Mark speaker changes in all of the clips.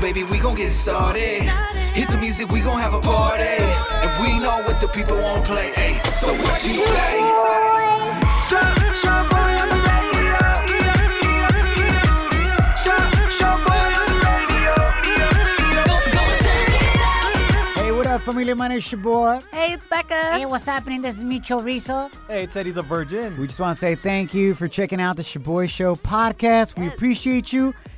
Speaker 1: baby, we gon' get started. Hit the music, we gon' have a party. And we know what the people want play. Hey, so what you say?
Speaker 2: Hey, what up, family? My name's Shaboy.
Speaker 3: Hey, it's Becca.
Speaker 4: Hey, what's happening? This is Micho Rizzo.
Speaker 5: Hey, it's Eddie the Virgin.
Speaker 2: We just want to say thank you for checking out the Shaboy Show podcast. We
Speaker 3: Yes.
Speaker 2: appreciate you.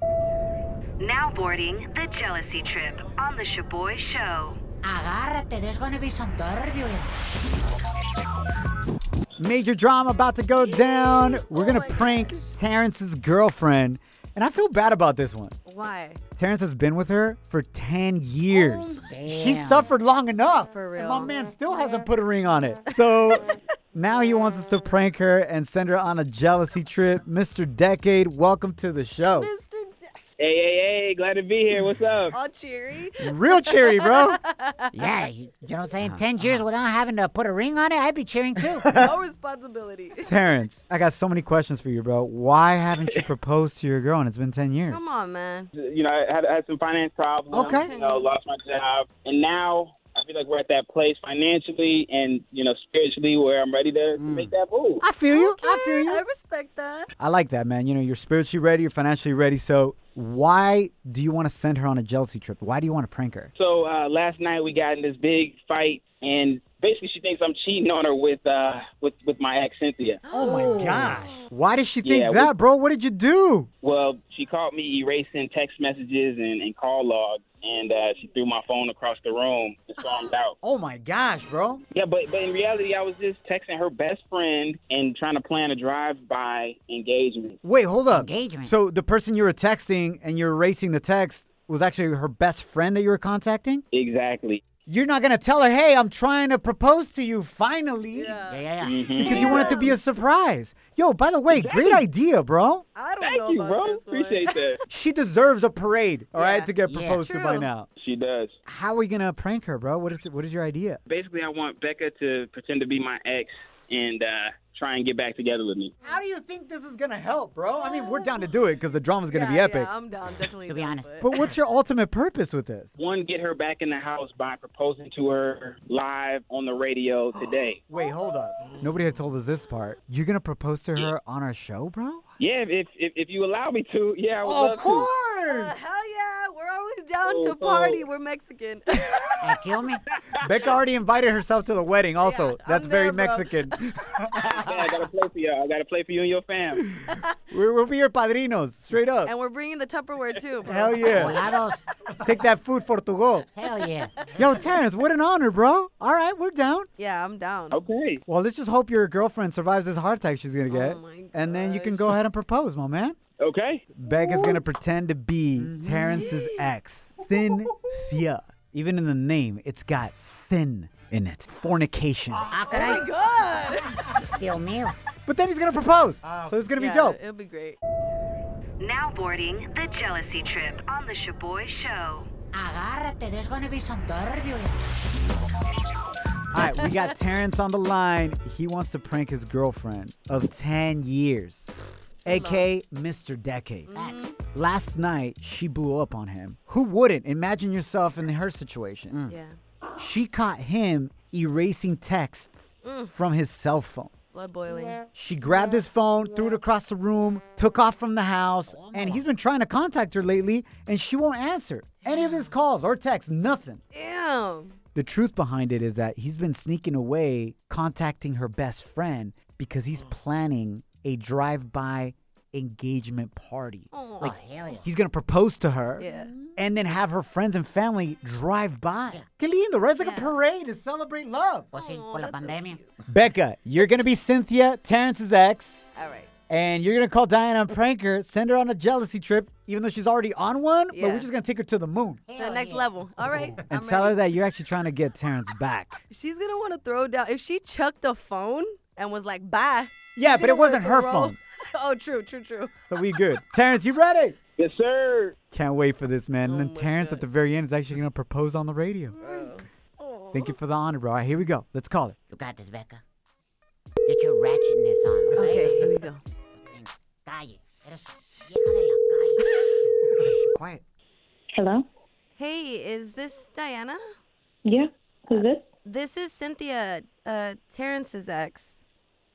Speaker 6: Now boarding the jealousy trip on the Shaboy Show.
Speaker 4: Agárrate, there's gonna be some turbulence.
Speaker 2: Major drama about to go down. We're going to prank Terrence's girlfriend. And I feel bad about this one.
Speaker 3: Why?
Speaker 2: Terrence has been with her for 10 years. She
Speaker 4: Damn.
Speaker 2: suffered long enough.
Speaker 3: Oh, For
Speaker 2: And
Speaker 3: real.
Speaker 2: my man still hasn't put a ring on it. So now he wants us to prank her and send her on a jealousy trip. Mr. Decade, welcome to the show.
Speaker 3: Mr. D-
Speaker 7: Hey, hey, hey, glad to be here. What's up?
Speaker 3: all cheery.
Speaker 2: Real cheery, bro.
Speaker 4: Yeah, you, you know what I'm saying? 10 years without having to put a ring on it, I'd be cheering too.
Speaker 3: No responsibility.
Speaker 2: Terrence, I got so many questions for you, bro. Why haven't you proposed to your girl and it's been 10 years?
Speaker 3: Come on, man.
Speaker 7: You know, I had, I had some finance problems.
Speaker 2: Okay.
Speaker 7: You know, lost my job. And now I feel like we're at that place financially and, you know, spiritually where I'm ready to, to make that move.
Speaker 2: I feel you. I
Speaker 3: Okay,
Speaker 2: feel you.
Speaker 3: I respect that.
Speaker 2: I like that, man. You know, you're spiritually ready, you're financially ready. So why do you want to send her on a jealousy trip? Why do you want to prank her?
Speaker 7: So uh, last night we got in this big fight and basically she thinks I'm cheating on her with uh, with, with my ex, Cynthia.
Speaker 2: Oh my gosh. Why did she think
Speaker 7: Yeah, we-
Speaker 2: that, bro? What did you do?
Speaker 7: Well, she caught me erasing text messages and, and call logs. And uh, she threw my phone across the room and stormed out.
Speaker 2: Oh my gosh, bro.
Speaker 7: Yeah, but but in reality, I was just texting her best friend and trying to plan a drive-by engagement.
Speaker 2: Wait, hold up.
Speaker 4: Engagement.
Speaker 2: So the person you were texting and you're erasing the text was actually her best friend that you were contacting?
Speaker 7: Exactly.
Speaker 2: You're not going to tell her, hey, I'm trying to propose to you finally.
Speaker 4: yeah, yeah, yeah.
Speaker 7: Mhm.
Speaker 2: Because you want it to be a surprise. Yo, by the way, great idea, bro.
Speaker 3: I don't know
Speaker 7: Thank you,
Speaker 3: about
Speaker 7: bro.
Speaker 3: this one.
Speaker 7: Appreciate that.
Speaker 2: She deserves a parade, all right,
Speaker 3: Yeah.
Speaker 2: to get
Speaker 4: Yeah.
Speaker 2: proposed to by
Speaker 3: True.
Speaker 2: now.
Speaker 7: She does.
Speaker 2: How are we gonna prank her, bro? What is what is your idea?
Speaker 7: Basically, I want Becca to pretend to be my ex and uh, try and get back together with me.
Speaker 2: How do you think this is gonna help, bro? I mean, we're down to do it because the drama's gonna
Speaker 3: yeah,
Speaker 2: be epic.
Speaker 3: Yeah, I'm down. Definitely.
Speaker 4: To be
Speaker 3: down,
Speaker 4: honest.
Speaker 2: But what's your ultimate purpose with this?
Speaker 7: One, get her back in the house by proposing to her live on the radio today.
Speaker 2: Wait, hold up. Nobody had told us this part. You're gonna propose to her on our show, bro?
Speaker 7: Yeah, if if, if you allow me to, yeah, I would love to.
Speaker 3: Uh,
Speaker 2: course.
Speaker 3: hell yeah. We're always down
Speaker 7: Oh,
Speaker 3: to party.
Speaker 7: oh.
Speaker 3: We're Mexican.
Speaker 4: You kill me?
Speaker 2: Becca already invited herself to the wedding. Also,
Speaker 3: Yeah, I'm
Speaker 2: that's very
Speaker 3: there, bro.
Speaker 2: Mexican.
Speaker 7: Yeah, I gotta play for y'all. I gotta play for you and your fam.
Speaker 2: we will be your padrinos, straight up.
Speaker 3: and we're bringing the Tupperware too. Bro.
Speaker 2: Hell yeah.
Speaker 4: Volados.
Speaker 2: Take that food for to go.
Speaker 4: Hell yeah.
Speaker 2: Yo, Terrence, what an honor, bro. All right, we're down.
Speaker 3: Yeah, I'm down.
Speaker 7: Okay.
Speaker 2: Well, let's just hope your girlfriend survives this heart attack she's gonna
Speaker 3: Oh
Speaker 2: get,
Speaker 3: my
Speaker 2: and then you can
Speaker 3: gosh.
Speaker 2: go ahead and propose, my man.
Speaker 7: Okay.
Speaker 2: Becca's gonna pretend to be Terrence's ex, Cynthia. Even in the name, it's got sin in it, fornication.
Speaker 4: Ah, caray,
Speaker 3: God.
Speaker 4: Dios mío.
Speaker 2: But then he's gonna propose, so it's gonna
Speaker 3: Yeah,
Speaker 2: be dope.
Speaker 3: It'll be great.
Speaker 6: Now boarding the jealousy trip on the Shaboy Show.
Speaker 4: Agárrate, there's gonna be some turbulence.
Speaker 2: All right, we got Terrence on the line. He wants to prank his girlfriend of 10 years, aka Mr. Decade. Last night, she blew up on him. Who wouldn't? Imagine yourself in her situation.
Speaker 3: Yeah.
Speaker 2: She caught him erasing texts from his cell phone.
Speaker 3: Blood boiling.
Speaker 2: She grabbed his phone, threw it across the room, took off from the house, and he's been trying to contact her lately, and she won't answer any of his calls or texts, nothing.
Speaker 3: Damn.
Speaker 2: The truth behind it is that he's been sneaking away, contacting her best friend because he's planning a drive by engagement party.
Speaker 3: Oh,
Speaker 4: Oh, hell yeah.
Speaker 2: He's gonna propose to her
Speaker 3: Yeah.
Speaker 2: and then have her friends and family drive by. Que lindo, right? It's like a parade to celebrate love.
Speaker 4: Pues sí,
Speaker 3: Oh,
Speaker 4: con la pandemia.
Speaker 2: Becca, you're gonna be Cynthia, Terrence's ex.
Speaker 3: all right.
Speaker 2: and you're gonna call Diana and prank her, send her on a jealousy trip, even though she's already on one, but
Speaker 3: Yeah.
Speaker 2: we're just gonna take her to the moon
Speaker 3: the next level. All right.
Speaker 2: and
Speaker 3: I'm
Speaker 2: tell
Speaker 3: ready.
Speaker 2: her that you're actually trying to get Terrence back.
Speaker 3: She's gonna want to throw down. If she chucked the phone and was like, "Bye."
Speaker 2: Yeah,
Speaker 3: she's
Speaker 2: but
Speaker 3: gonna
Speaker 2: it wasn't
Speaker 3: wanna
Speaker 2: her
Speaker 3: throw-
Speaker 2: phone,
Speaker 3: oh, true, true, true.
Speaker 2: so we good. Terrence, you ready?
Speaker 7: Yes, sir.
Speaker 2: Can't wait for this, man.
Speaker 3: Oh
Speaker 2: and then
Speaker 3: my
Speaker 2: Terrence
Speaker 3: God.
Speaker 2: at the very end is actually gonna propose on the radio. Thank you for the honor, bro. All right, here we go. Let's call it.
Speaker 4: You got this, Becca. Get your ratchetness on, okay?
Speaker 3: Okay, here we go.
Speaker 4: En calle. Eres vieja de la calle.
Speaker 2: Quiet.
Speaker 8: Hello?
Speaker 3: Hey, is this Diana?
Speaker 8: Yeah? Who's this?
Speaker 3: This is Cynthia, uh, Terrence's ex.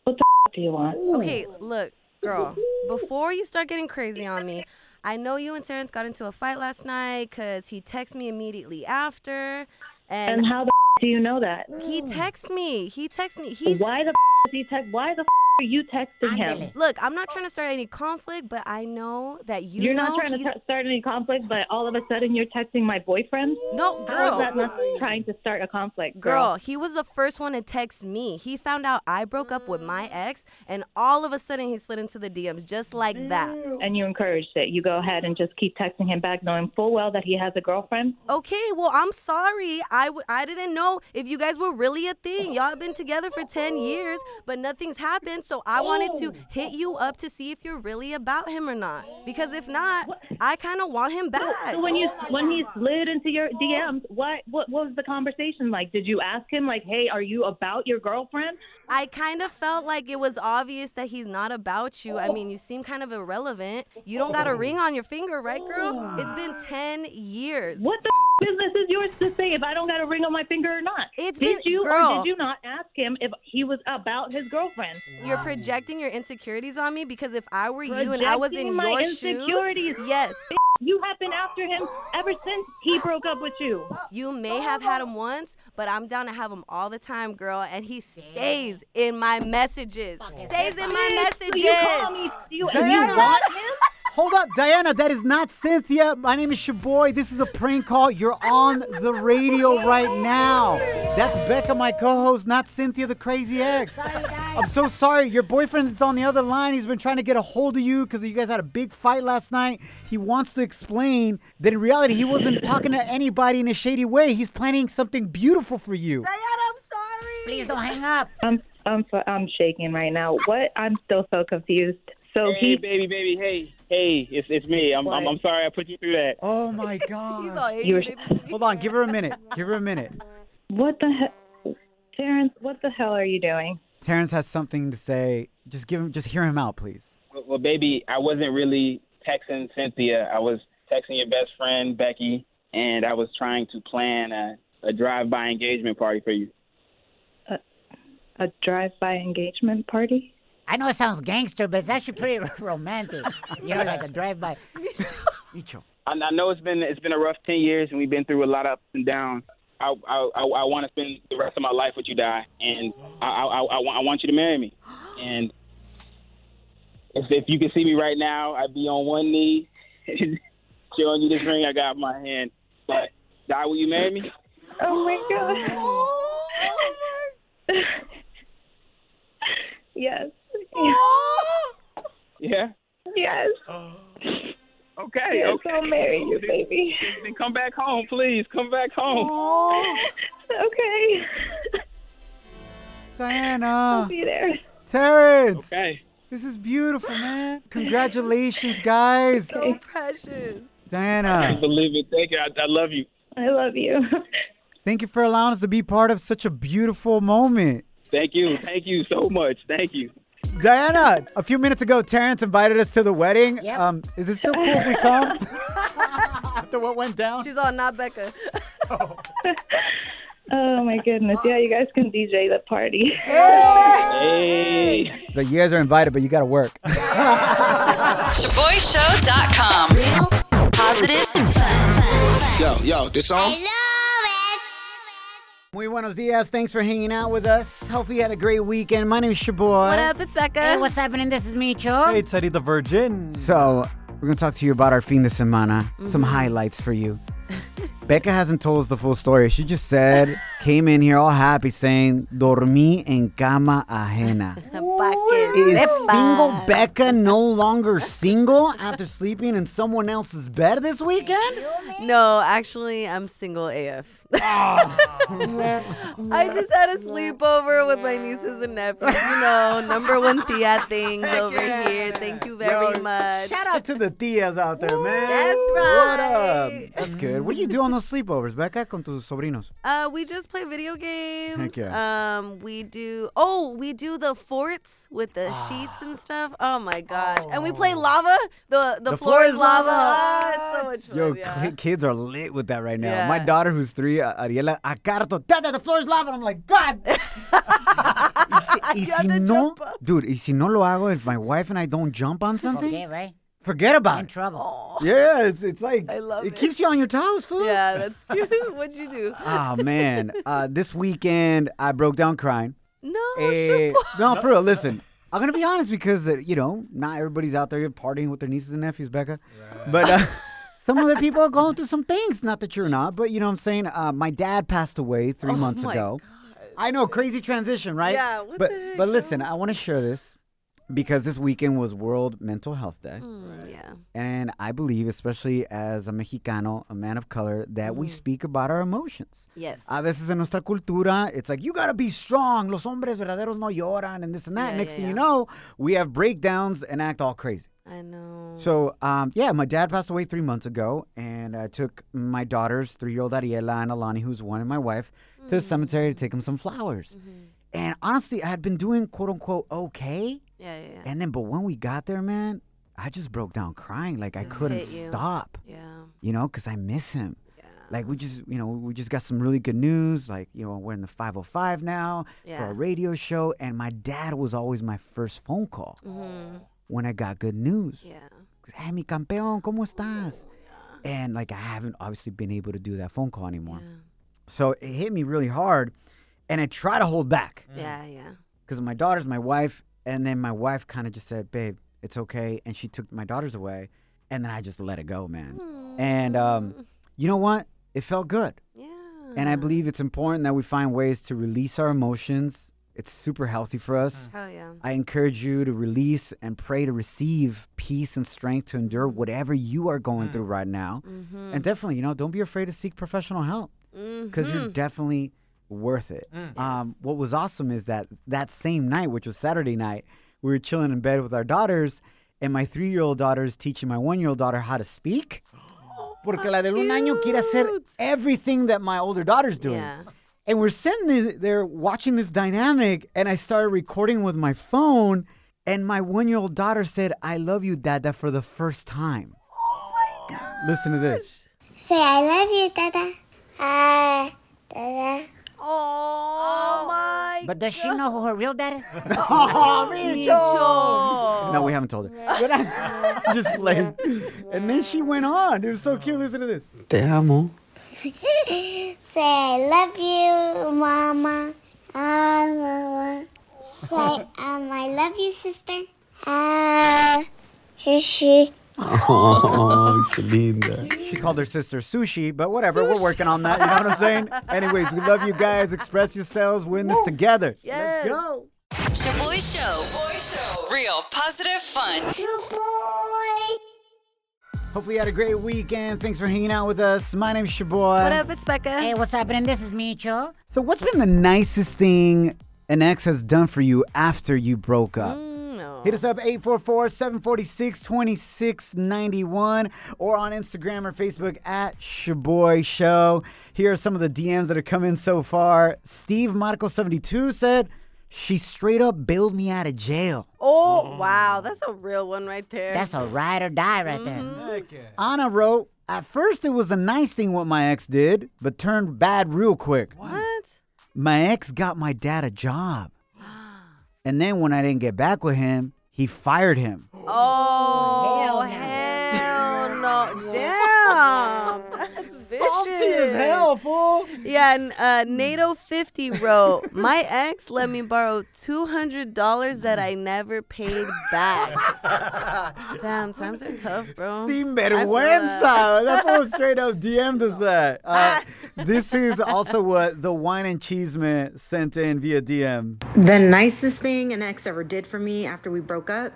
Speaker 8: What do you want?
Speaker 3: Okay, look, girl. Before you start getting crazy on me, I know you and Terrence got into a fight last night because he texted me immediately after, and,
Speaker 8: And how the do you know that?
Speaker 3: he texts me. He texts me. He's
Speaker 8: Why the is he text? Why the are you texting him?
Speaker 4: Ándele.
Speaker 3: Look, I'm not trying to start any conflict, but I know that you
Speaker 8: You're
Speaker 3: know
Speaker 8: not trying to
Speaker 3: he's-
Speaker 8: t- start any conflict, but all of a sudden you're texting my boyfriend.
Speaker 3: no
Speaker 8: How is
Speaker 3: girl.
Speaker 8: that not trying to start a conflict,
Speaker 3: Girl,
Speaker 8: girl?
Speaker 3: he was the first one to text me. He found out I broke up with my ex, and all of a sudden he slid into the DMs just like that.
Speaker 8: And you encouraged it. You go ahead and just keep texting him back, knowing full well that he has a girlfriend.
Speaker 3: Okay, well, I'm sorry. I, w- I didn't know if you guys were really a thing. Y'all been together for 10 years, but nothing's happened. So I wanted
Speaker 8: Oh.
Speaker 3: to hit you up to see if you're really about him or not. Because if not, I kind of want him back.
Speaker 8: So when you when he slid into your DMs, what what what was the conversation like? Did you ask him like, "Hey, are you about your girlfriend?"
Speaker 3: I kind of felt like it was obvious that he's not about you. I mean, you seem kind of irrelevant. You don't got a ring on your finger, right, girl? It's been 10 years.
Speaker 8: What the business is yours to say if I don't got a ring on my finger or not?
Speaker 3: It's
Speaker 8: did
Speaker 3: been-
Speaker 8: you
Speaker 3: girl.
Speaker 8: or did you not ask him if he was about his girlfriend?
Speaker 3: You're projecting your insecurities on me because if I were you and I was in
Speaker 8: Projecting my
Speaker 3: your
Speaker 8: insecurities.
Speaker 3: shoes, yes,
Speaker 8: You have been after him ever since he broke up with you.
Speaker 3: you may have had him once, but I'm down to have him all the time, girl. And he stays in my messages. Stays in my
Speaker 8: So
Speaker 3: messages.
Speaker 8: you call me? Do you,
Speaker 2: Damn.
Speaker 8: you want him?
Speaker 2: Hold up, Diana. That is not Cynthia. My name is your boy. This is a prank call. You're on the radio right now. That's Becca, my co-host, not Cynthia, the crazy ex. I'm so sorry. Your boyfriend is on the other line. He's been trying to get a hold of you because you guys had a big fight last night. He wants to explain that in reality he wasn't talking to anybody in a shady way. He's planning something beautiful for you.
Speaker 3: Diana, I'm sorry.
Speaker 4: Please don't hang up.
Speaker 8: I'm I'm f- I'm shaking right now. What? I'm still so confused. So
Speaker 7: Hey,
Speaker 8: he.
Speaker 7: baby, baby. Hey, hey. It's it's me. I'm I'm, I'm sorry I put you through that.
Speaker 2: Oh my
Speaker 3: He's all
Speaker 2: god.
Speaker 3: hey,
Speaker 8: You were-
Speaker 3: baby.
Speaker 2: Hold on, give her a minute. Give her a minute.
Speaker 8: What the hell, Terrence? What the hell are you doing?
Speaker 2: Terrence has something to say. Just give him just hear him out, please.
Speaker 7: Well, well, baby, I wasn't really texting Cynthia. I was texting your best friend Becky, and I was trying to plan a, a drive-by engagement party for you.
Speaker 8: A drive-by engagement party?
Speaker 4: I know it sounds gangster, but it's actually pretty romantic. You know, like a drive-by.
Speaker 2: Micho.
Speaker 7: I, I know it's been it's been a rough ten years, and we've been through a lot of ups and downs. I I, I, I want to spend the rest of my life with you, Di, and I I, I, I, want, I want you to marry me. And if if you could see me right now, I'd be on one knee, showing you this ring I got in my hand. But Di, will you marry me?
Speaker 8: Oh my god. yes.
Speaker 7: Yeah.
Speaker 8: Yes.
Speaker 7: Okay.
Speaker 8: Yes,
Speaker 7: okay.
Speaker 8: I'll marry you, baby. Oh.
Speaker 7: Then come back home, please. Come back home.
Speaker 8: Okay.
Speaker 2: Diana,
Speaker 8: Be there.
Speaker 2: Terrence,
Speaker 7: Okay.
Speaker 2: this is beautiful, man. Congratulations, guys.
Speaker 3: So precious.
Speaker 7: I
Speaker 2: Diana,
Speaker 7: believe it. Thank you. I, I love you.
Speaker 8: I love you.
Speaker 2: thank you for allowing us to be part of such a beautiful moment.
Speaker 7: Thank you. Thank you so much. Thank you.
Speaker 2: Diana, a few minutes ago, Terrence invited us to the wedding.
Speaker 4: Yep.
Speaker 2: Um, is it still cool if we come? After what went down?
Speaker 3: She's all not Becca.
Speaker 8: Oh my goodness. Yeah, you guys can DJ the party.
Speaker 7: Hey.
Speaker 2: The years are invited, but you got to work.
Speaker 9: ShaboyShow.com. Real, positive, fun.
Speaker 10: Yo, yo, this song?
Speaker 2: Muy buenos dias. Thanks for hanging out with us. Hopefully, you had a great weekend. My name is Shaboy.
Speaker 3: What up? It's Becca.
Speaker 4: Hey, what's happening? This is Micho.
Speaker 11: Hey, Teddy the Virgin.
Speaker 2: So, we're going to talk to you about our fin de semana.
Speaker 4: Mm-hmm.
Speaker 2: Some highlights for you. Becca hasn't told us the full story. She just said, came in here all happy saying, Dormí en cama ajena.
Speaker 3: Pa' que
Speaker 2: Is single Becca no longer single after sleeping in someone else's bed this weekend?
Speaker 3: No, actually, I'm single AF. I just had a sleepover with my nieces and nephews. You know, number one Thea things over here. Thank you very
Speaker 2: Yo,
Speaker 3: much.
Speaker 2: Shout out to the tias out there, man.
Speaker 3: That's right.
Speaker 2: What up? That's good. What do you do on those sleepovers, Becca, con tus sobrinos?
Speaker 3: Uh, we just play video games.
Speaker 2: Heck
Speaker 3: Um, we do. Oh, we do the forts with the sheets and stuff. Oh my gosh! And we play lava. The the, floor, is lava. Ah, it's so much
Speaker 2: Yo,
Speaker 3: fun. yeah.
Speaker 2: ki- kids are lit with that right now.
Speaker 3: Yeah.
Speaker 2: My daughter, who's three, uh, Ariela, acarto, tata, the floor is lava. And I'm like, God. Y si- y
Speaker 3: You
Speaker 2: si
Speaker 3: have to
Speaker 2: no,
Speaker 3: jump up.
Speaker 2: dude, y si no lo hago, if my wife and I don't jump on something,
Speaker 4: Okay, right?
Speaker 2: forget about
Speaker 4: In
Speaker 2: it.
Speaker 4: trouble.
Speaker 2: Yeah, it's, it's like,
Speaker 3: I love
Speaker 2: it
Speaker 3: it.
Speaker 2: keeps you on your toes, fool.
Speaker 3: Yeah, that's cute. What'd you do?
Speaker 2: Oh, man. Uh, this weekend, I broke down crying.
Speaker 3: No,
Speaker 2: Eh,
Speaker 3: Chapo.
Speaker 2: no, for real. Listen, I'm gonna be honest because uh, you know not everybody's out there partying with their nieces and nephews, Becca. But uh, some other people are going through some things. Not that you're not, but you know what I'm saying. Uh, my dad passed away three months
Speaker 3: Oh my
Speaker 2: ago. I know, crazy transition, right?
Speaker 3: Yeah, what
Speaker 2: but
Speaker 3: the heck,
Speaker 2: but listen, I want to share this because this weekend was World Mental Health Day.
Speaker 3: Mm, yeah.
Speaker 2: And I believe, especially as a Mexicano, a man of color, that we speak about our emotions.
Speaker 3: Mm. Yes.
Speaker 2: A veces en nuestra cultura, it's like, you gotta be strong. Los hombres verdaderos no lloran, and this and that.
Speaker 3: Yeah,
Speaker 2: Next
Speaker 3: yeah,
Speaker 2: thing you
Speaker 3: yeah.
Speaker 2: know, we have breakdowns and act all crazy.
Speaker 3: I know.
Speaker 2: So, um, yeah, my dad passed away three months ago, and I took my daughters, three year old Ariela and Alani, who's one, and my wife, to
Speaker 3: Mm.
Speaker 2: the cemetery to take them some flowers.
Speaker 3: Mm-hmm.
Speaker 2: And honestly, I had been doing quote unquote okay.
Speaker 3: yeah, yeah, yeah.
Speaker 2: And then, but when we got there, man, I just broke down crying. Like, I couldn't
Speaker 3: hit you.
Speaker 2: stop,
Speaker 3: Yeah.
Speaker 2: you know, because I miss him. Like, we just, you know, we just got some really good news. Like, you know, we're in the 505 now for
Speaker 3: Yeah.
Speaker 2: a radio show. And my dad was always my first phone call when I got good news.
Speaker 3: Mm-hmm. Yeah.
Speaker 2: Hey, mi campeón, ¿cómo estás? And, like, I haven't obviously been able to do that phone call anymore. So it hit me really hard. And I try to hold back
Speaker 3: Yeah, yeah.
Speaker 2: because my daughter's my wife, and then my wife kind of just said, "Babe, it's okay," and she took my daughters away, and then I just let it go, man. And um, you know what? It felt good,
Speaker 3: Yeah.
Speaker 2: and I believe it's important that we find ways to release our emotions. It's super healthy for us.
Speaker 3: Hell yeah.
Speaker 2: I encourage you to release and pray to receive peace and strength to endure whatever you are going
Speaker 3: Mm.
Speaker 2: through right now.
Speaker 3: Mm-hmm.
Speaker 2: And definitely, you know, don't be afraid to seek professional help because you're
Speaker 3: Mm-hmm.
Speaker 2: definitely worth it. Um, what was awesome is that that same night, which was Saturday night, we were chilling in bed with our daughters, and my three year old daughter is teaching my one year old daughter how to speak. Porque la del un año quiere hacer everything that my older daughter's doing.
Speaker 3: Yeah.
Speaker 2: And we're sitting th- there watching this dynamic, and I started recording with my phone, and my one year old daughter said, I love you, Dada, for the first time. Oh my God. Listen to this.
Speaker 12: Say, I love you, Dada. Ah, Dada.
Speaker 3: Oh, my
Speaker 4: But does she know who her real dad is?
Speaker 3: Micho.
Speaker 2: Oh, No, we haven't told her. But I- just playing. And then she went on. It was so cute. Listen to this. Te amo.
Speaker 12: Say, I love you, Mama. Ah, Mama. Say, um, I love you, sister.
Speaker 3: Uh,
Speaker 12: Ah, Shishi.
Speaker 2: She called her sister Sushi, but whatever. We're working on that. You know what I'm saying? Anyways, we love you guys. Express yourselves. We're in this together.
Speaker 3: Yes.
Speaker 2: Let's go.
Speaker 13: Shaboy Show. Real positive fun.
Speaker 12: True boy.
Speaker 2: Hopefully you had a great weekend. Thanks for hanging out with us. My name's Shaboy.
Speaker 3: What up? It's Becca.
Speaker 4: hey, what's happening? This is Micho.
Speaker 2: So what's been the nicest thing an ex has done for you after you broke up?
Speaker 4: Mm,
Speaker 3: No.
Speaker 2: Hit us up 844-746-2691 or on Instagram or Facebook at Shaboy Show. Here are some of the DMs that have come in so far. Steve Marco72 said, She straight up bailed me out of jail.
Speaker 3: Oh, wow. That's a real one right there.
Speaker 4: That's a ride or die right there.
Speaker 14: Mm-hmm.
Speaker 2: Anna wrote, At first it was a nice thing what my ex did, but turned bad real quick.
Speaker 3: what?
Speaker 2: my ex got my dad a job. And then when I didn't get back with him, he fired him.
Speaker 3: Oh, hell no. Damn. That's vicious.
Speaker 2: salty as hell, fool.
Speaker 3: Yeah, and uh, NATO 50 wrote, My ex let me borrow $200 that I never paid back. Damn, times are tough, bro.
Speaker 2: Sin
Speaker 3: I
Speaker 2: vergüenza.
Speaker 3: feel
Speaker 2: That fool straight up DM'd us that. Uh, this is also what the wine and cheese man sent in via DM.
Speaker 14: The nicest thing an ex ever did for me after we broke up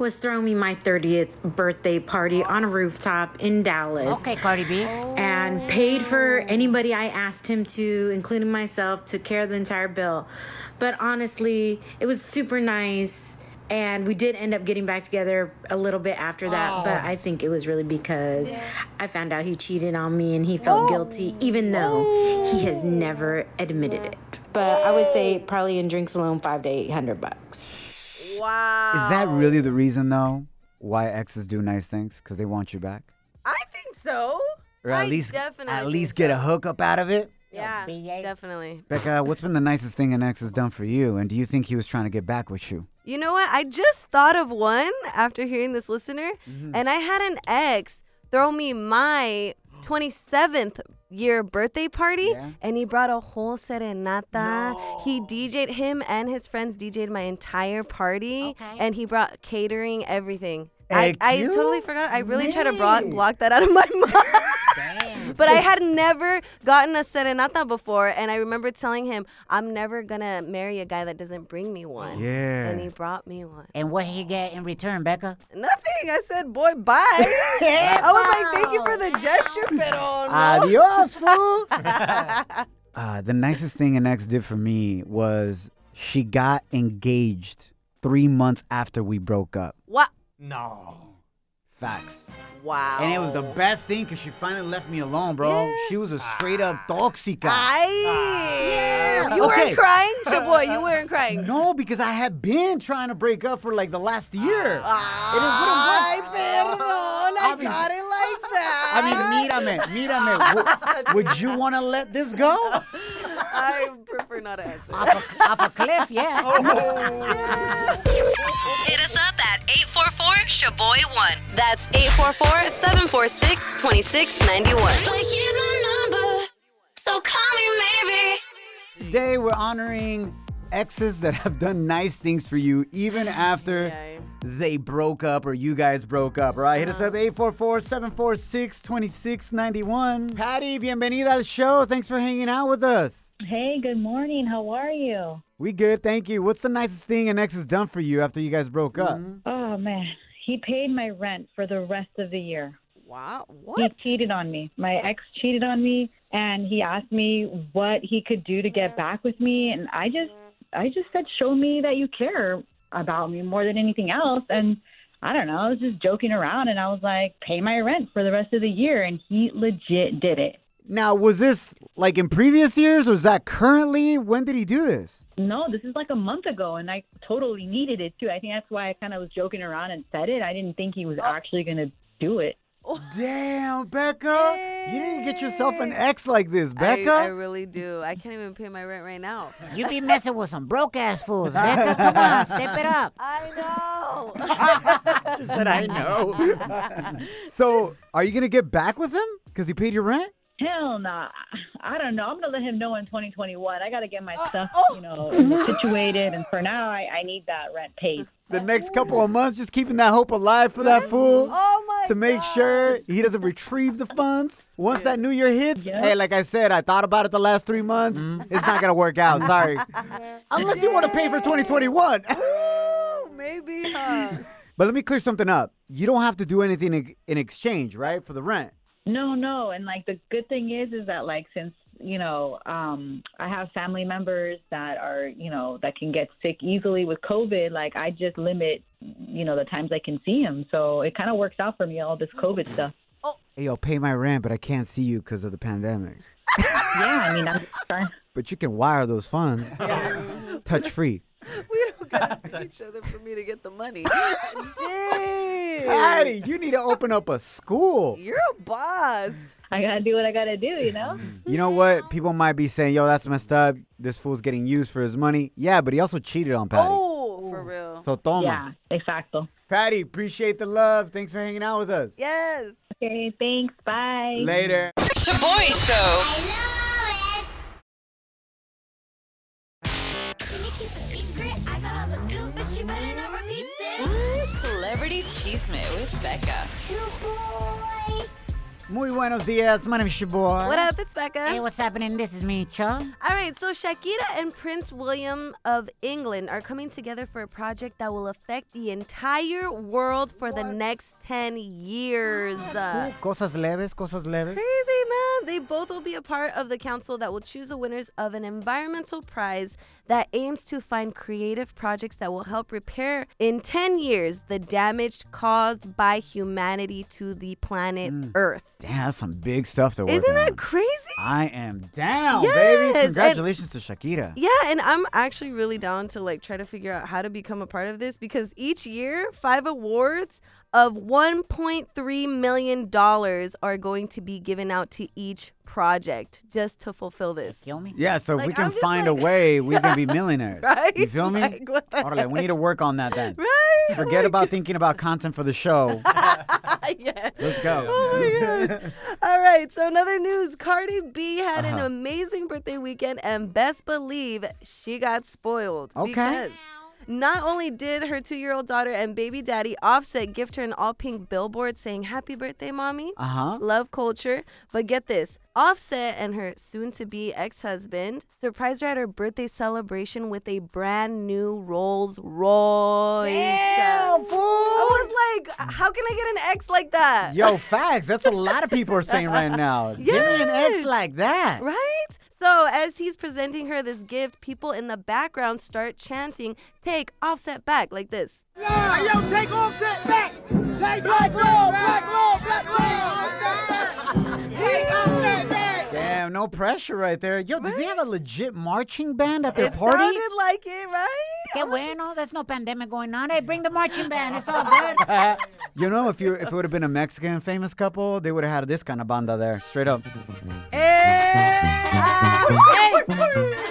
Speaker 14: was throw me my 30th birthday party on a rooftop in Dallas.
Speaker 4: Okay, Cardi B.
Speaker 14: And paid for anybody I asked him to, including myself, took care of the entire bill. But honestly, it was super nice. And we did end up getting back together a little bit after
Speaker 3: Oh.
Speaker 14: that. But I think it was really because I found out he cheated on me and he
Speaker 3: Oh.
Speaker 14: felt guilty, even though he has never admitted it. But I would say probably in drinks alone, five to 800 bucks.
Speaker 2: Is that really the reason, though, why exes do nice things? Because they want you back?
Speaker 3: think so.
Speaker 2: Or at
Speaker 3: I
Speaker 2: least,
Speaker 3: definitely
Speaker 2: at
Speaker 3: think
Speaker 2: least get a hookup out of it?
Speaker 3: Yeah, definitely.
Speaker 2: Becca, what's been the nicest thing an ex has done for you? And do you think he was trying to get back with you?
Speaker 3: You know what? I just thought of one after hearing this listener, and I had an ex throw me my 27th year birthday party, and he brought a whole serenata. He DJ'd him and his friends DJ'd my entire party, and he brought catering, everything. I,
Speaker 2: Heck
Speaker 3: I
Speaker 2: yeah.
Speaker 3: totally forgot. I really tried to blo- block that out of my mind. but I had never gotten a serenata before, and I remember telling him, I'm never gonna marry a guy that doesn't bring me one.
Speaker 4: Yeah.
Speaker 3: And he brought me one.
Speaker 4: And what he get in return, Becca?
Speaker 3: Nothing. I said, boy, bye. I was like, thank you for the gesture, pero
Speaker 2: Uh,
Speaker 3: no.
Speaker 2: Adios, fool. Uh, the nicest thing an ex did for me was she got engaged three months after we broke up.
Speaker 3: What?
Speaker 2: No. Facts.
Speaker 3: Wow.
Speaker 2: And it was the best thing because she finally left me alone, bro. She was a straight up toxica.
Speaker 3: I. You
Speaker 2: Okay.
Speaker 3: weren't crying, boy. You weren't crying.
Speaker 2: No, because I had been trying to break up for like the last year.
Speaker 3: Ay, perdón. I, got it like that.
Speaker 2: I mean, mírame, mírame. W- would you want to let this go?
Speaker 3: I prefer not to answer.
Speaker 4: Off a cliff, yeah.
Speaker 14: Oh.
Speaker 13: Hit us up at 844-SHABOY1. That's 844-746-2691.
Speaker 15: But here's my number, so call me maybe.
Speaker 2: Today we're honoring exes that have done nice things for you even after they broke up or you guys broke up. All right, hit us up 844-746-2691. Patty, bienvenida al show. Thanks for hanging out with us.
Speaker 8: Hey, good morning. How are you?
Speaker 2: We good, thank you. What's the nicest thing an ex has done for you after you guys broke up?
Speaker 8: Oh man, he paid my rent for the rest of the year.
Speaker 3: Wow,
Speaker 8: He cheated on me. My ex cheated on me, and he asked me what he could do to get back with me, and I just, I just said, show me that you care about me more than anything else, and. I don't know. I was just joking around and I was like, pay my rent for the rest of the year. And he legit did it.
Speaker 2: Now, was this like in previous years or is that currently? When did he do this?
Speaker 8: No, this is like a month ago, and I totally needed it too. I think that's why I kind of was joking around and said it. I didn't think he was actually going to do it.
Speaker 2: Damn, Becca. You need to get yourself an ex like this,
Speaker 3: I-
Speaker 2: Becca.
Speaker 3: I, really do. I can't even pay my rent right now.
Speaker 4: You be messing with some broke ass fools, Becca. Come on, step it up.
Speaker 3: I know.
Speaker 2: she said, I know. so, are you going to get back with him? Because he paid your rent?
Speaker 8: Hell nah. I don't know. I'm going to let him know in 2021. I got to get my stuff, you know, situated. And for now, I, I need that rent paid.
Speaker 2: The next couple of months, just keeping that hope alive for that fool.
Speaker 3: Oh my
Speaker 2: to make sure he doesn't retrieve the funds. Once that new year hits, hey, like I said, I thought about it the last three months. It's not going to work out. Sorry. Unless you want to pay for 2021.
Speaker 3: Ooh, maybe, huh?
Speaker 2: but let me clear something up. You don't have to do anything in- in exchange, right? For the rent.
Speaker 8: No, no. And like the good thing is, is that like since you know um I have family members that are you know that can get sick easily with COVID, like I just limit you know the times I can see him. So it kind of works out for me all this COVID stuff.
Speaker 2: Hey, yo, pay my rent, but I can't see you because of the pandemic.
Speaker 8: Yeah, I mean I'm just trying.
Speaker 2: But you can wire those funds touch free.
Speaker 3: We don't gotta see each other for me to get the money. Dang.
Speaker 2: Patty, you need to open up a school.
Speaker 3: You're a boss.
Speaker 8: I gotta do what I gotta do, you know.
Speaker 2: You know what? People might be saying, yo, that's messed up. This fool's getting used for his money. Yeah, but he also cheated on Patty.
Speaker 3: Oh, for real.
Speaker 2: So, toma.
Speaker 8: Yeah, exacto.
Speaker 2: Patty, appreciate the love. Thanks for hanging out with us.
Speaker 3: Yes.
Speaker 8: Okay, thanks. Bye.
Speaker 16: Later.
Speaker 15: Shaboy Show. Ooh, Celebrity Cheesemate with Becca.
Speaker 2: Muy buenos dias. My name is your boy.
Speaker 3: What up? It's Becca.
Speaker 4: Hey, what's happening? This is me, Cho.
Speaker 3: All right, so Shakira and Prince William of England are coming together for a project that will affect the entire world for the next 10 years.
Speaker 2: Cool. Cosas leves, cosas leves.
Speaker 3: Crazy, man. They both will be a part of the council that will choose the winners of an environmental prize that aims to find creative projects that will help repair in 10 years the damage caused by humanity to the planet Earth.
Speaker 2: Damn, that's some big stuff to Mm. work
Speaker 3: Isn't
Speaker 2: on. Ah.
Speaker 3: that crazy?
Speaker 2: I am down,
Speaker 3: Yes,
Speaker 2: baby.
Speaker 3: and-
Speaker 2: Congratulations to Shakira.
Speaker 3: Yeah, and I'm actually really down to like try to figure out how to become a part of this because each year, five awards of 1.3 million dollars are going to be given out to each project just to fulfill this.
Speaker 4: Kill me.
Speaker 2: Yeah, so if
Speaker 3: Like,
Speaker 2: we can
Speaker 3: I'm just
Speaker 2: find a
Speaker 3: like-
Speaker 2: way, we can be millionaires.
Speaker 3: Right?
Speaker 2: You feel me?
Speaker 3: Like, what the
Speaker 2: Orale, we need to work on that then.
Speaker 3: Right?
Speaker 2: Forget about thinking about content for the show.
Speaker 3: yes.
Speaker 2: Let's go.
Speaker 3: Oh All right, so another news Cardi B had an
Speaker 2: Uh-huh.
Speaker 3: amazing birthday weekend, and best believe she got spoiled.
Speaker 4: Okay.
Speaker 3: Because not only did her two year old daughter and baby daddy Offset gift her an all pink billboard saying, Happy birthday, mommy.
Speaker 2: Uh-huh.
Speaker 3: Love culture. But get this Offset and her soon to be ex husband surprised her at her birthday celebration with a brand new Rolls Royce.
Speaker 2: Damn, fool.
Speaker 3: I was like, "Uh, How can I get an ex like that?
Speaker 2: Yo, facts. That's what a lot of people are saying right now. Give me an ex
Speaker 3: Yes.
Speaker 2: like that.
Speaker 3: Right? So, as he's presenting her this gift, people in the background start chanting, Take offset back, like this.
Speaker 16: Hey, yo, take offset back. Take black law, black law, black law. Take offset back.
Speaker 2: Damn, no pressure right there. Yo, did they have a legit marching band at their
Speaker 4: It
Speaker 2: party?
Speaker 4: sounded
Speaker 3: like it, right?
Speaker 4: Que bueno, there's no pandemic going on. Hey, bring the marching band. It's all good.
Speaker 2: you know, if you if it would have been a Mexican famous couple, they would have had this kind of banda there, straight up.
Speaker 4: Eh, ah, ¡Ey!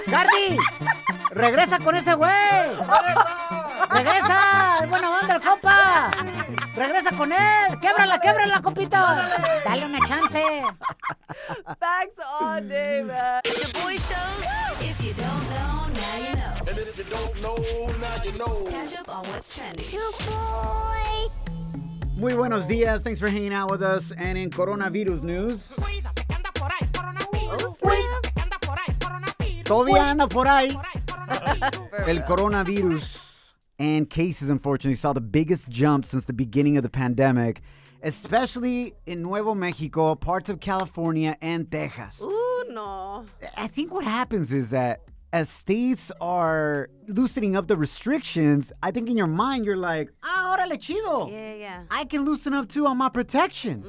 Speaker 4: ¡Cardi! ¡Regresa con ese güey! ¡Regresa! ¡Buena onda, el compa! ¡Regresa con él! ¡Québrala, québrala, compito! ¡Dale una chance!
Speaker 3: Facts all day, man.
Speaker 15: Shaboy Shows. If you don't know, now you know.
Speaker 16: And if you don't know, now you know.
Speaker 15: Catch up on what's trending.
Speaker 2: Muy buenos dias. Thanks for hanging out with us. And in coronavirus news. Todavía anda por ahí. El coronavirus and cases, unfortunately, saw the biggest jump since the beginning of the pandemic, especially in Nuevo Mexico, parts of California, and Texas.
Speaker 3: Ooh, no.
Speaker 2: I think what happens is that as states are loosening up the restrictions, I think in your mind you're like, ah, órale, chido.
Speaker 3: Yeah, yeah.
Speaker 2: I can loosen up too on my protection.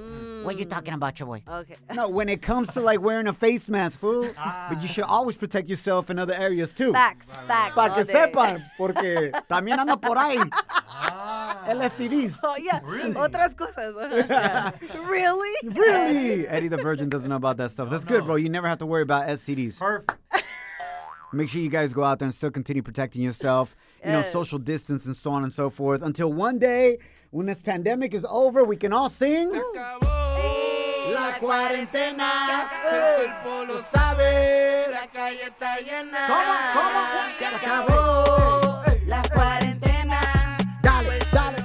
Speaker 4: What you talking about, your boy?
Speaker 3: Mm. Okay. Ah.
Speaker 2: No, when it comes to like wearing a face mask, fool. But you should always protect yourself in other areas too.
Speaker 3: Facts, facts.
Speaker 2: Para
Speaker 3: all
Speaker 2: que
Speaker 3: day.
Speaker 2: sepan, porque también anda por ahí.
Speaker 3: Ah.
Speaker 2: LSTDs.
Speaker 3: Oh, yeah. Otras cosas. uh-huh, yeah. really?
Speaker 2: Really? Eddie the Virgin doesn't know about that stuff.
Speaker 16: Oh,
Speaker 2: That's good, bro. You never have to worry about STDs. Perfect. Make sure you guys go out there and still continue protecting yourself, you know,
Speaker 3: Yes.
Speaker 2: social distance and so on and so forth until one day when this pandemic is over, we can all sing.
Speaker 16: La cuarentena, el cuerpo lo sabe, la calle está llena. Se acabó la cuarentena. Dale, dale.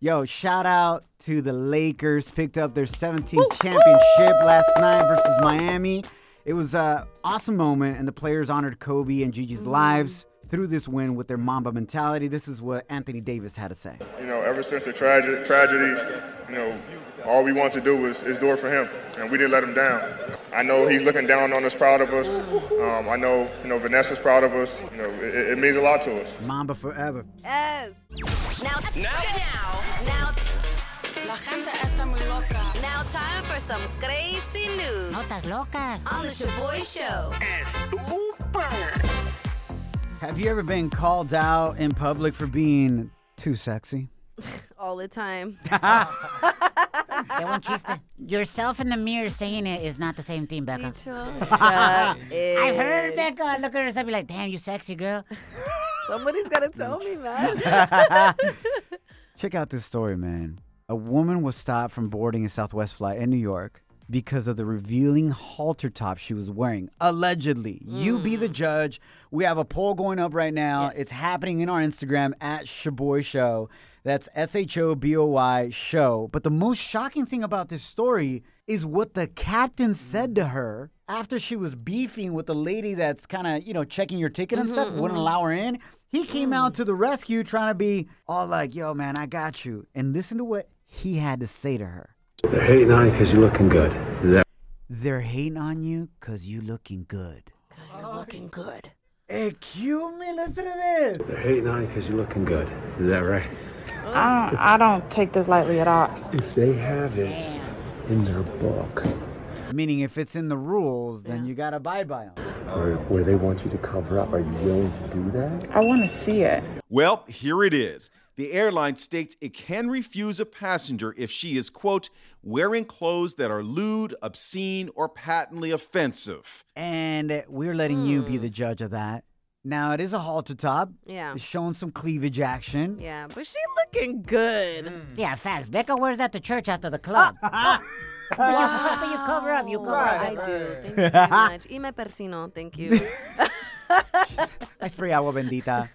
Speaker 2: Yo, shout out to the Lakers. Picked up their 17th championship last night versus Miami. It was an awesome moment, and the players honored Kobe and Gigi's lives through this win with their Mamba mentality. This is what Anthony Davis had to say.
Speaker 17: You know, ever since the trage- tragedy, you know, all we want to do is, is do it for him, and we didn't let him down. I know he's looking down on us, proud of us. Um, I know, you know, Vanessa's proud of us. You know, it, it means a lot to us.
Speaker 2: Mamba forever.
Speaker 3: Yes.
Speaker 15: Now, now, now, now. La gente está muy loca. Now, time for some crazy news.
Speaker 4: Notas locas.
Speaker 15: On the Shaboy Show.
Speaker 2: Have you ever been called out in public for being too sexy?
Speaker 3: All the time.
Speaker 4: Qué buen chiste. Yourself in the mirror saying it is not the same thing, Becca.
Speaker 3: Shut
Speaker 4: I heard
Speaker 3: it.
Speaker 4: Becca. I Look at herself, be like, damn, you sexy girl.
Speaker 3: Somebody's got to tell me, man.
Speaker 2: Check out this story, man. a woman was stopped from boarding a Southwest flight in New York because of the revealing halter top she was wearing. Allegedly. You be the judge. We have a poll going up right now. It's happening in our Instagram at Shaboy Show. That's S H O B O Y Show. But the most shocking thing about this story is what the captain said to her after she was beefing with the lady that's kind of, you know, checking your ticket and stuff, wouldn't allow her in. He came out to the rescue trying to be all like, yo, man, I got you. And listen to what he had to say to her.
Speaker 18: They're hating on you because you're looking good. They're-
Speaker 2: They're hating on you because you looking good.
Speaker 3: You're looking good.
Speaker 2: Hey, cue me. Listen to this.
Speaker 18: They're hating on you because you're looking good. Is that right?
Speaker 19: I don't, I don't take this lightly at all.
Speaker 18: If they have it in their book
Speaker 2: Meaning, if it's in the rules, then you got to abide by them.
Speaker 18: or where they want you to cover up, are you willing to do that?
Speaker 19: I want to see it.
Speaker 20: Well, here it is. The airline states it can refuse a passenger if she is, quote, wearing clothes that are lewd, obscene, or patently offensive.
Speaker 2: And we're letting you
Speaker 4: Hmm.
Speaker 2: be the judge of that. Now, it is a halter top.
Speaker 3: Yeah.
Speaker 2: It's showing some cleavage action.
Speaker 3: Yeah, but she looking good.
Speaker 4: Yeah, facts. Becca wears that to church after
Speaker 14: Oh,
Speaker 4: the club. you, you cover up.
Speaker 2: Oh,
Speaker 4: You cover
Speaker 3: I
Speaker 4: up.
Speaker 3: do. Thank you very much. Y me persino. Thank you.
Speaker 2: I spray agua bendita.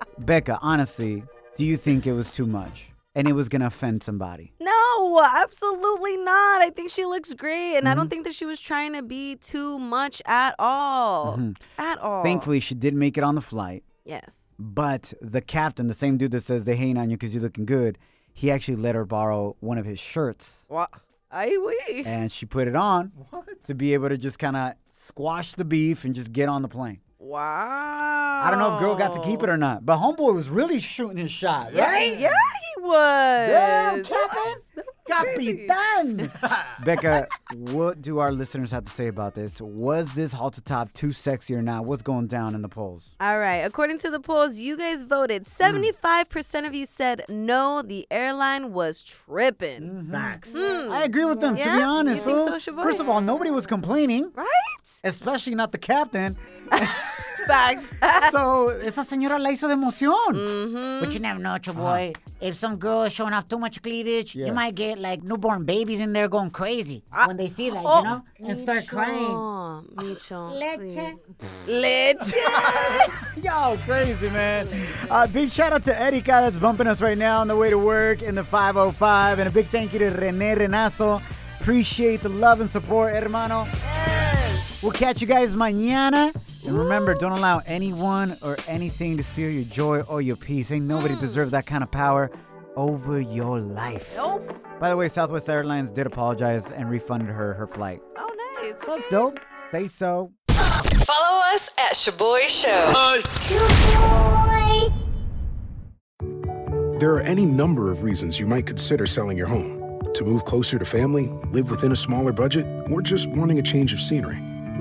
Speaker 2: Becca, honestly, do you think it was too much and it was going to offend somebody?
Speaker 3: No, absolutely not. I think she looks great, and I don't think that she was trying to be too much at all.
Speaker 2: Mhm.
Speaker 3: At
Speaker 4: Oh.
Speaker 3: all.
Speaker 2: Thankfully, she did make it on the flight.
Speaker 3: Yes.
Speaker 2: But the captain, the same dude that says they hating on you because you're looking good, he actually let her borrow one of his shirts
Speaker 3: What? I we.
Speaker 2: and she put it on to be able to just kind of squash the beef and just get on the plane.
Speaker 3: Wow.
Speaker 2: I don't know if girl got to keep it or not, but homeboy was really shooting his shot, right?
Speaker 3: Oh. Yeah, he was.
Speaker 2: Damn, Captain. Capitan. Becca, what do our listeners have to say about this? Was this halter top too sexy or not? What's going down in the polls?
Speaker 3: All right. According to the polls, you guys voted. 75% of you said no, the airline was tripping. Hmm.
Speaker 2: Facts. I agree with them, to be
Speaker 3: Yeah?
Speaker 2: honest.
Speaker 3: You think
Speaker 2: fool.
Speaker 3: so, Shaboy?
Speaker 2: First of all, nobody was complaining,
Speaker 3: Right?
Speaker 2: especially not the captain.
Speaker 3: Facts. Mm-hmm.
Speaker 2: so, esa señora la hizo de emoción.
Speaker 4: But you never know, your boy. If some girl is showing off too much cleavage,
Speaker 2: Yeah.
Speaker 4: you might get like newborn babies in there going crazy when they see that,
Speaker 3: oh.
Speaker 4: you know, and start crying.
Speaker 3: Micho.
Speaker 2: Yo, crazy, man. Uh, big shout out to Erika that's bumping us right now on the way to work in the 505. And a big thank you to Rene Renazo. Appreciate the love and support, hermano. We'll catch you guys mañana. And remember, don't allow anyone or anything to steal your joy or your peace. Ain't nobody
Speaker 3: Mm.
Speaker 2: deserve that kind of power over your life. By the way, Southwest Airlines did apologize and refunded her her flight.
Speaker 3: Oh, nice.
Speaker 2: That's dope. Say so.
Speaker 15: Follow us at Shaboy Show.
Speaker 21: There are any number of reasons you might consider selling your home to move closer to family, live within a smaller budget, or just wanting a change of scenery.